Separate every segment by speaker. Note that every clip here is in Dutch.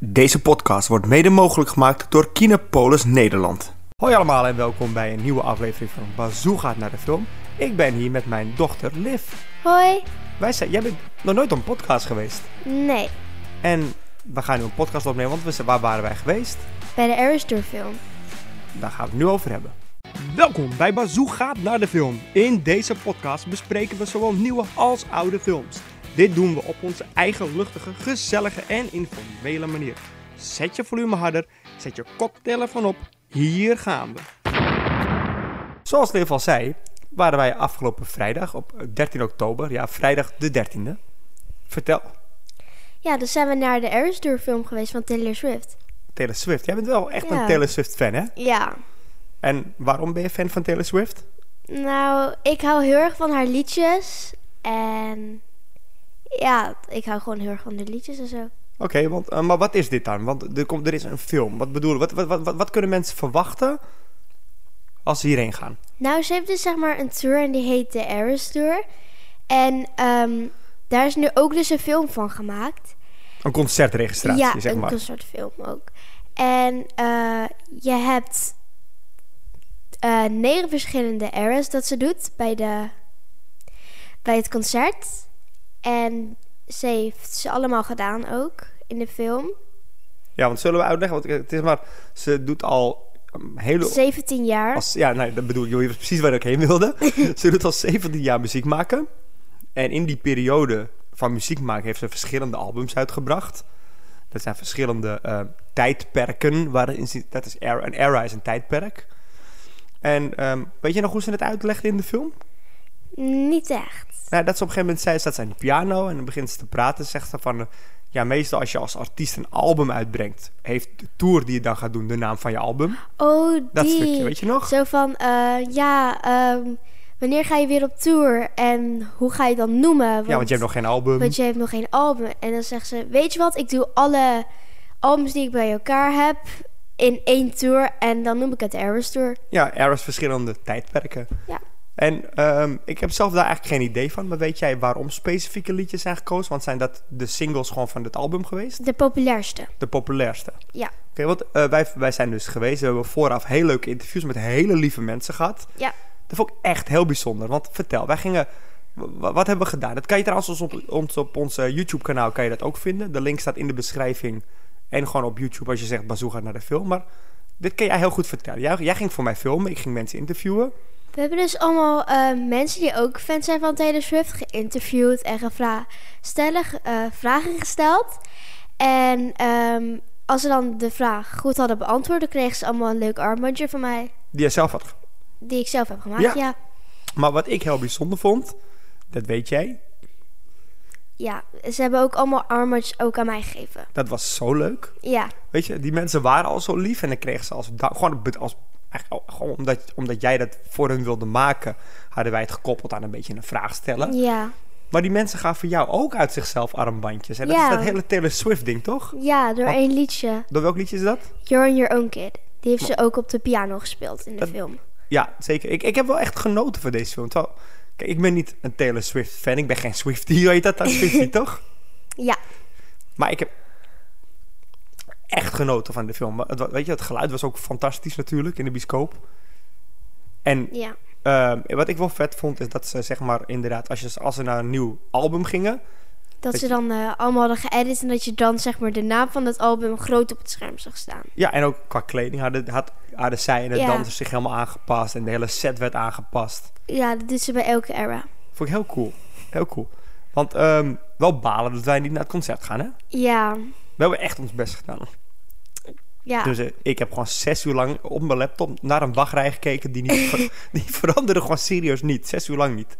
Speaker 1: Deze podcast wordt mede mogelijk gemaakt door Kinepolis Nederland.
Speaker 2: Hoi allemaal en welkom bij een nieuwe aflevering van Bazoo gaat naar de film. Ik ben hier met mijn dochter Liv.
Speaker 3: Hoi.
Speaker 2: Wij zijn, jij bent nog nooit op een podcast geweest.
Speaker 3: Nee,
Speaker 2: En we gaan nu een podcast opnemen, want we, zijn- waar waren wij geweest?
Speaker 3: bij de Aris Door film.
Speaker 2: Daar gaan we het nu over hebben. Welkom bij Bazoo gaat naar de film. In deze podcast bespreken we zowel nieuwe als oude films. Dit doen we op onze eigen luchtige, gezellige en informele manier. Zet je volume harder, zet je koptelefoon op. Hier gaan we. Zoals Liv al zei, waren wij afgelopen vrijdag op 13 oktober. Ja, vrijdag de 13e. Vertel,
Speaker 3: Ja, dus zijn we naar de Aris Door film geweest van Taylor Swift.
Speaker 2: Taylor Swift. Jij bent wel echt een
Speaker 3: Ja.
Speaker 2: Taylor Swift fan, hè?
Speaker 3: Ja.
Speaker 2: En waarom ben je fan van Taylor Swift?
Speaker 3: Nou, ik hou heel erg van haar liedjes. En ja, ik hou gewoon heel erg van de liedjes en zo.
Speaker 2: Oké, want, eh, maar wat is dit dan? Want er, komt, er is een film. Wat bedoel wat, wat, wat, wat, wat kunnen mensen verwachten als ze hierheen gaan?
Speaker 3: Nou, ze heeft dus zeg maar een tour en die heet de Aris Tour. En ehm, daar is nu ook dus een film van gemaakt.
Speaker 2: Een concertregistratie,
Speaker 3: ja,
Speaker 2: zeg
Speaker 3: een
Speaker 2: maar.
Speaker 3: concertfilm ook. En eh, je hebt eh, negen verschillende eras dat ze doet bij, de, bij het concert. En ze heeft ze allemaal gedaan ook in de film.
Speaker 2: ja, want zullen we uitleggen? Want het is maar, ze doet al een hele...
Speaker 3: 17 jaar.
Speaker 2: Als, ja, nee, dat bedoel ik, joh, je was precies waar ik heen wilde. ze doet al 17 jaar muziek maken. En in die periode van muziek maken heeft ze verschillende albums uitgebracht. Dat zijn verschillende eh, tijdperken. Waarin ze, dat is era, een era is een tijdperk. En ehm, weet je nog hoe ze het uitlegde in de film?
Speaker 3: Niet echt.
Speaker 2: Nou, dat ze op een gegeven moment zei, staat ze aan de piano en dan begint ze te praten. Zegt ze van, eh, ja, meestal als je als artiest een album uitbrengt... heeft de tour die je dan gaat doen de naam van je album.
Speaker 3: Oh, die.
Speaker 2: Dat stukje, weet je nog?
Speaker 3: Zo van, eh, ja, ehm, wanneer ga je weer op tour? En hoe ga je het dan noemen?
Speaker 2: ja, want je hebt nog geen album.
Speaker 3: Want je hebt nog geen album. En dan zegt ze: Weet je wat, ik doe alle albums die ik bij elkaar heb in één tour. En dan noem ik het Eras Tour.
Speaker 2: Ja, era's verschillende tijdperken.
Speaker 3: Ja.
Speaker 2: En ehm, ik heb zelf daar eigenlijk geen idee van. Maar weet jij waarom specifieke liedjes zijn gekozen? Want zijn dat de singles gewoon van het album geweest?
Speaker 3: De populairste.
Speaker 2: De populairste.
Speaker 3: Ja.
Speaker 2: Oké, want eh, wij, wij zijn dus geweest. We hebben vooraf heel leuke interviews met hele lieve mensen gehad.
Speaker 3: Ja.
Speaker 2: Dat vond ik echt heel bijzonder. Want vertel, wij gingen... wa- wa- Wat hebben we gedaan? Dat kan je trouwens ons op, ons op ons eh, YouTube-kanaal kan je dat ook vinden. De link staat in de beschrijving. En gewoon op YouTube als je zegt Bazoo gaat naar de film. Maar dit kan jij heel goed vertellen. Jij, jij ging voor mij filmen, ik ging mensen interviewen.
Speaker 3: We hebben dus allemaal eh, mensen die ook fan zijn van Taylor Swift geïnterviewd en gevraagd, stellig eh, vragen gesteld. En ehm, als ze dan de vraag goed hadden beantwoord, dan kregen ze allemaal een leuk armbandje van mij.
Speaker 2: Die jij zelf had. ge-
Speaker 3: Die ik zelf heb gemaakt.
Speaker 2: Ja.
Speaker 3: Ja. ja.
Speaker 2: Maar wat ik heel bijzonder vond, dat weet jij,
Speaker 3: Ze hebben ook allemaal armbandjes ook aan mij gegeven.
Speaker 2: dat was zo leuk.
Speaker 3: Ja.
Speaker 2: Weet je, die mensen waren al zo lief en dan kregen ze als... da- Gewoon, be- als eigenlijk al- gewoon omdat, omdat jij dat voor hun wilde maken, hadden wij het gekoppeld aan een beetje een vraag stellen.
Speaker 3: Ja.
Speaker 2: Maar die mensen gaven jou ook uit zichzelf armbandjes. En dat
Speaker 3: Ja.
Speaker 2: is dat hele Taylor Swift ding, toch?
Speaker 3: Ja, door
Speaker 2: Wat-
Speaker 3: één liedje.
Speaker 2: Door welk liedje is dat?
Speaker 3: You're on Your Own Kid. Die heeft ze ook op de piano gespeeld in de
Speaker 2: Dat-
Speaker 3: film.
Speaker 2: Ja, zeker. Ik, ik heb wel echt genoten van deze film. Terwijl- kijk, ik ben niet een Taylor Swift fan. Ik ben geen Swiftie, weet dat dan? Swiftie, toch?
Speaker 3: Ja,
Speaker 2: Maar ik heb echt genoten van de film. Het wa- weet je, het geluid was ook fantastisch natuurlijk in de bioscoop. En
Speaker 3: ja.
Speaker 2: ehm, wat ik wel vet vond, is dat ze zeg maar inderdaad, als, je, als ze naar een nieuw album gingen.
Speaker 3: Dat
Speaker 2: Dat
Speaker 3: ze
Speaker 2: je-
Speaker 3: dan eh, allemaal hadden geëdit en dat je dan zeg maar de naam van het album groot op het scherm zag staan.
Speaker 2: Ja, en ook qua kleding hadden, had, hadden zij en de
Speaker 3: Ja.
Speaker 2: dansers zich helemaal aangepast. En de hele set werd aangepast.
Speaker 3: Ja, dat doet ze bij elke era.
Speaker 2: Vond ik heel cool. Heel cool. Want ehm, wel balen dat wij niet naar het concert gaan, hè?
Speaker 3: Ja,
Speaker 2: We hebben echt ons best gedaan.
Speaker 3: ja.
Speaker 2: Dus eh, ik heb gewoon zes uur lang op mijn laptop naar een wachtrij gekeken die, niet ver- die veranderde gewoon serieus niet. Zes uur lang niet.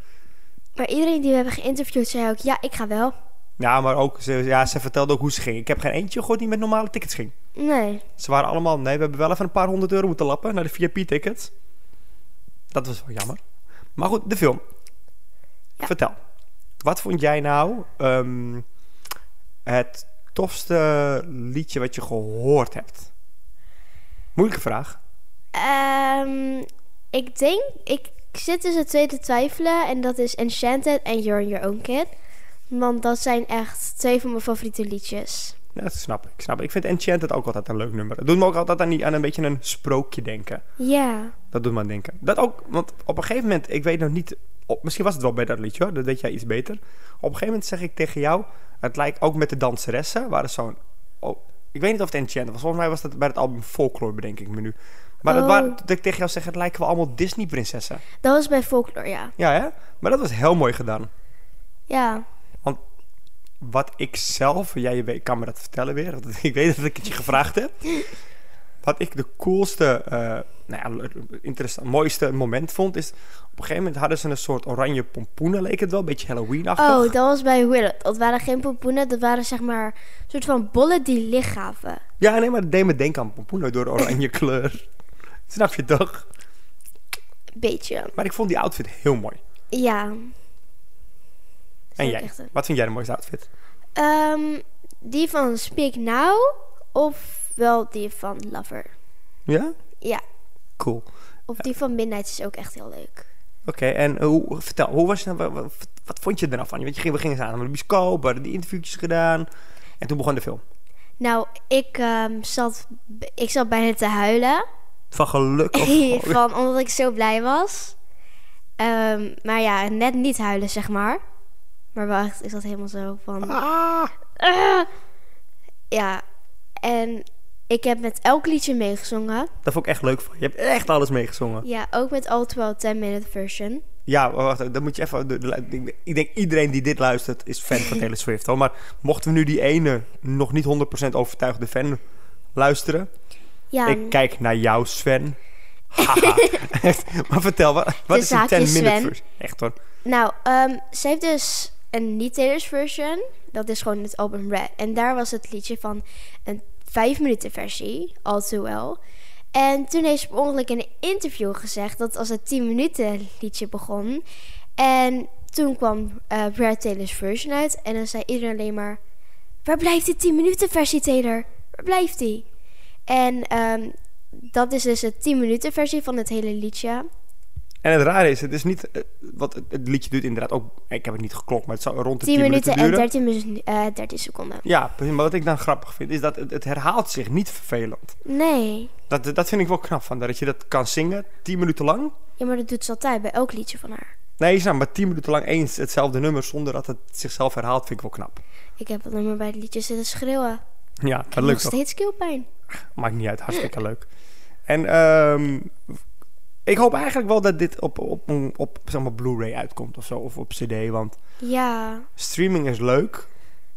Speaker 3: Maar iedereen die we hebben geïnterviewd zei ook, ja, ik ga wel.
Speaker 2: Ja, maar ook, ze, ja, ze vertelde ook hoe ze ging. Ik heb geen eentje gehoord die met normale tickets ging.
Speaker 3: Nee,
Speaker 2: Ze waren allemaal, nee, we hebben wel even een paar honderd euro moeten lappen naar de VIP-tickets. Dat was wel jammer. Maar goed, de film.
Speaker 3: Ja.
Speaker 2: Vertel. Wat vond jij nou ehm, het tofste liedje wat je gehoord hebt? Moeilijke vraag.
Speaker 3: Ehm, ik denk, ik zit tussen twee te twijfelen. En dat is Enchanted en You're on Your Own Kid. Want dat zijn echt twee van mijn favoriete liedjes.
Speaker 2: Ja, dat snap ik. Snap ik. ik vind Enchanted ook altijd een leuk nummer. Het doet me ook altijd aan, die, aan een beetje een sprookje denken.
Speaker 3: Ja.
Speaker 2: Dat doet me aan denken. Dat ook, want op een gegeven moment, ik weet nog niet... Op, misschien was het wel bij dat liedje hoor, dat weet jij iets beter. Op een gegeven moment zeg ik tegen jou... Het lijkt ook met de danseressen, waren zo'n... Oh, ik weet niet of het Enchanted was. Volgens mij was dat bij het album Folklore, bedenk ik me nu. Maar dat,
Speaker 3: Oh.
Speaker 2: waren, dat ik tegen jou zeg, het lijken wel allemaal Disney-prinsessen.
Speaker 3: Dat was bij folklore, ja.
Speaker 2: Ja, hè? Maar dat was heel mooi gedaan.
Speaker 3: Ja.
Speaker 2: wat ik zelf, jij weet- kan me dat vertellen weer, want ik weet dat ik het je gevraagd heb. Wat ik de coolste, eh, nou ja, interessant, mooiste moment vond, is op een gegeven moment hadden ze een soort oranje pompoenen, leek het wel, een beetje Halloween-achtig.
Speaker 3: Oh, dat was bij Willet. Dat waren geen pompoenen, dat waren zeg maar soort van bollen die lichaven.
Speaker 2: Ja, nee, maar dat deed me denken aan pompoenen door de oranje kleur. Snap je toch?
Speaker 3: Beetje.
Speaker 2: Maar ik vond die outfit heel mooi.
Speaker 3: Ja.
Speaker 2: En
Speaker 3: Zo
Speaker 2: jij?
Speaker 3: echt een-
Speaker 2: Wat vind jij de mooiste outfit?
Speaker 3: Ehm, die van Speak Now of wel die van Lover?
Speaker 2: Ja?
Speaker 3: Ja.
Speaker 2: Cool. Oké,
Speaker 3: Of die van Midnight is ook echt heel leuk.
Speaker 2: en eh, hoe, vertel, hoe was je, nou- wat, wat vond je er nou van? Je weet, je ging- we gingen samen naar de bioscoop, we hadden die interviewtjes gedaan. En toen begon de film.
Speaker 3: Nou, ik, ehm, zat, ik zat bijna te huilen.
Speaker 2: Van geluk of...
Speaker 3: van, omdat ik zo blij was. Ehm, maar ja, net niet huilen, zeg maar. Maar wel echt, ik zat helemaal zo van...
Speaker 2: Ah.
Speaker 3: "Ah." Ja, en ik heb met elk liedje meegezongen.
Speaker 2: Dat vond ik echt leuk van je. Je hebt echt alles meegezongen.
Speaker 3: Ja, ook met All 12 10 Minute Version.
Speaker 2: Ja, maar wacht, dan moet je even... de- de- ik- ik denk iedereen die dit luistert is fan van Taylor Swift. Hoor. Maar mochten we nu die ene nog niet 100% overtuigde fan luisteren...
Speaker 3: Ja,
Speaker 2: ik kijk naar jou, Sven. Haha. Echt. maar vertel, wat, wat is een
Speaker 3: zaakjes,
Speaker 2: 10-minute
Speaker 3: Sven.
Speaker 2: version? Echt hoor.
Speaker 3: nou, ehm, ze heeft dus een niet-Taylor's version. Dat is gewoon het album Red. En daar was het liedje van een 5 minuten versie, All Too Well. En toen heeft ze per ongeluk in een interview gezegd dat als het 10 minuten liedje begon. En toen kwam eh Brad Taylor's version uit. En dan zei iedereen alleen maar, waar blijft die 10 minuten versie Taylor? Waar blijft die? En ehm, dat is dus de 10 minuten versie van het hele liedje.
Speaker 2: En het rare is, het is niet... eh, Wat, het, het liedje duurt inderdaad ook... Ik heb het niet geklokt, maar het zou rond de 10,
Speaker 3: 10 minuten en
Speaker 2: duren.
Speaker 3: 13, minu- eh, 13 seconden.
Speaker 2: Ja, precies. Maar wat ik dan grappig vind, is dat het, het herhaalt zich niet vervelend.
Speaker 3: Nee.
Speaker 2: Dat, dat vind ik wel knap van haar, dat je dat kan zingen, 10 minuten lang.
Speaker 3: Ja, maar dat doet ze altijd bij elk liedje van haar.
Speaker 2: Nee, snap, maar 10 minuten lang eens hetzelfde nummer zonder dat het zichzelf herhaalt, vind ik wel knap.
Speaker 3: Ik heb dat nummer bij het liedje zitten schreeuwen.
Speaker 2: Ja,
Speaker 3: Ik
Speaker 2: dat
Speaker 3: heb nog
Speaker 2: lukt toch?
Speaker 3: steeds keelpijn.
Speaker 2: Maakt niet uit, hartstikke leuk. En ehm, ik hoop eigenlijk wel dat dit op, op, op, zeg maar Blu-ray uitkomt of zo, of op CD, want
Speaker 3: Ja,
Speaker 2: streaming is leuk.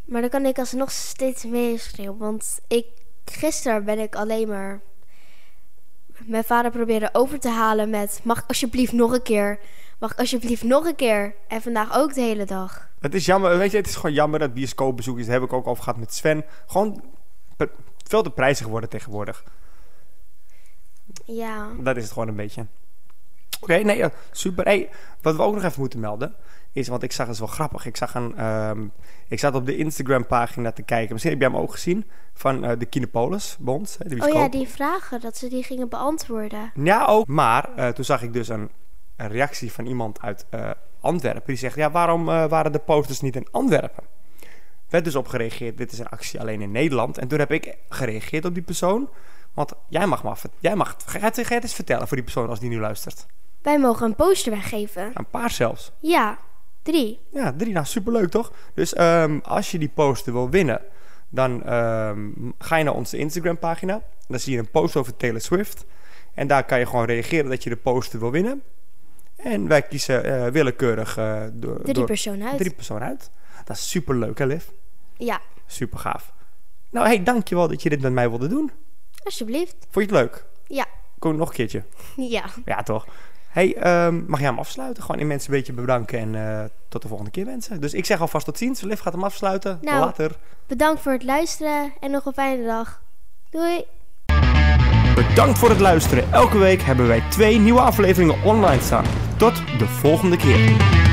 Speaker 3: maar dan kan ik alsnog steeds meeschreeuwen. Want ik, gisteren ben ik alleen maar... Mijn vader probeerde over te halen met... Mag ik alsjeblieft nog een keer? Mag ik alsjeblieft nog een keer? En vandaag ook de hele dag.
Speaker 2: Het is jammer, weet je, het is gewoon jammer dat bioscoopbezoek is, daar heb ik ook over gehad met Sven. Gewoon pe- veel te prijzig worden tegenwoordig.
Speaker 3: Ja.
Speaker 2: Dat is het gewoon een beetje. Oké, nee, ja, super. Hey, wat we ook nog even moeten melden is, want ik zag, het is wel grappig. Ik zag een, ehm, ik zat op de Instagram-pagina te kijken. Misschien heb jij hem ook gezien van eh, de Kinepolis Bond. Hè, de
Speaker 3: Oh ja,
Speaker 2: bioscoop.
Speaker 3: die vragen, dat ze die gingen beantwoorden.
Speaker 2: Ja, ook. Maar eh, toen zag ik dus een, een reactie van iemand uit eh, Antwerpen. Die zegt, ja, waarom eh, waren de posters niet in Antwerpen? Werd dus op gereageerd, dit is een actie alleen in Nederland. En toen heb ik gereageerd op die persoon. Want jij mag maar, ver- jij mag, ga, ga, ga het eens vertellen voor die persoon als die nu luistert.
Speaker 3: Wij mogen een poster weggeven.
Speaker 2: Een paar zelfs.
Speaker 3: Ja, drie.
Speaker 2: Ja, drie. Nou, superleuk toch? Dus ehm, als je die poster wil winnen, dan ehm, ga je naar onze Instagram pagina. Dan zie je een post over Taylor Swift. En daar kan je gewoon reageren dat je de poster wil winnen. En wij kiezen eh, willekeurig eh, door,
Speaker 3: Drie
Speaker 2: door
Speaker 3: personen uit.
Speaker 2: drie personen uit. Dat is superleuk hè Liv?
Speaker 3: Ja,
Speaker 2: Super gaaf. Nou hey, dankjewel dat je dit met mij wilde doen.
Speaker 3: alsjeblieft.
Speaker 2: Vond je het leuk?
Speaker 3: Ja.
Speaker 2: Kom nog een keertje.
Speaker 3: Ja.
Speaker 2: Ja toch. Hey, ehm, mag jij hem afsluiten? Gewoon in mensen een beetje bedanken en eh, tot de volgende keer wensen. Dus ik zeg alvast tot ziens. Liv gaat hem afsluiten.
Speaker 3: Nou.
Speaker 2: Later.
Speaker 3: Bedankt voor het luisteren en nog een fijne dag. Doei!
Speaker 2: Bedankt voor het luisteren. Elke week hebben wij twee nieuwe afleveringen online staan. Tot de volgende keer.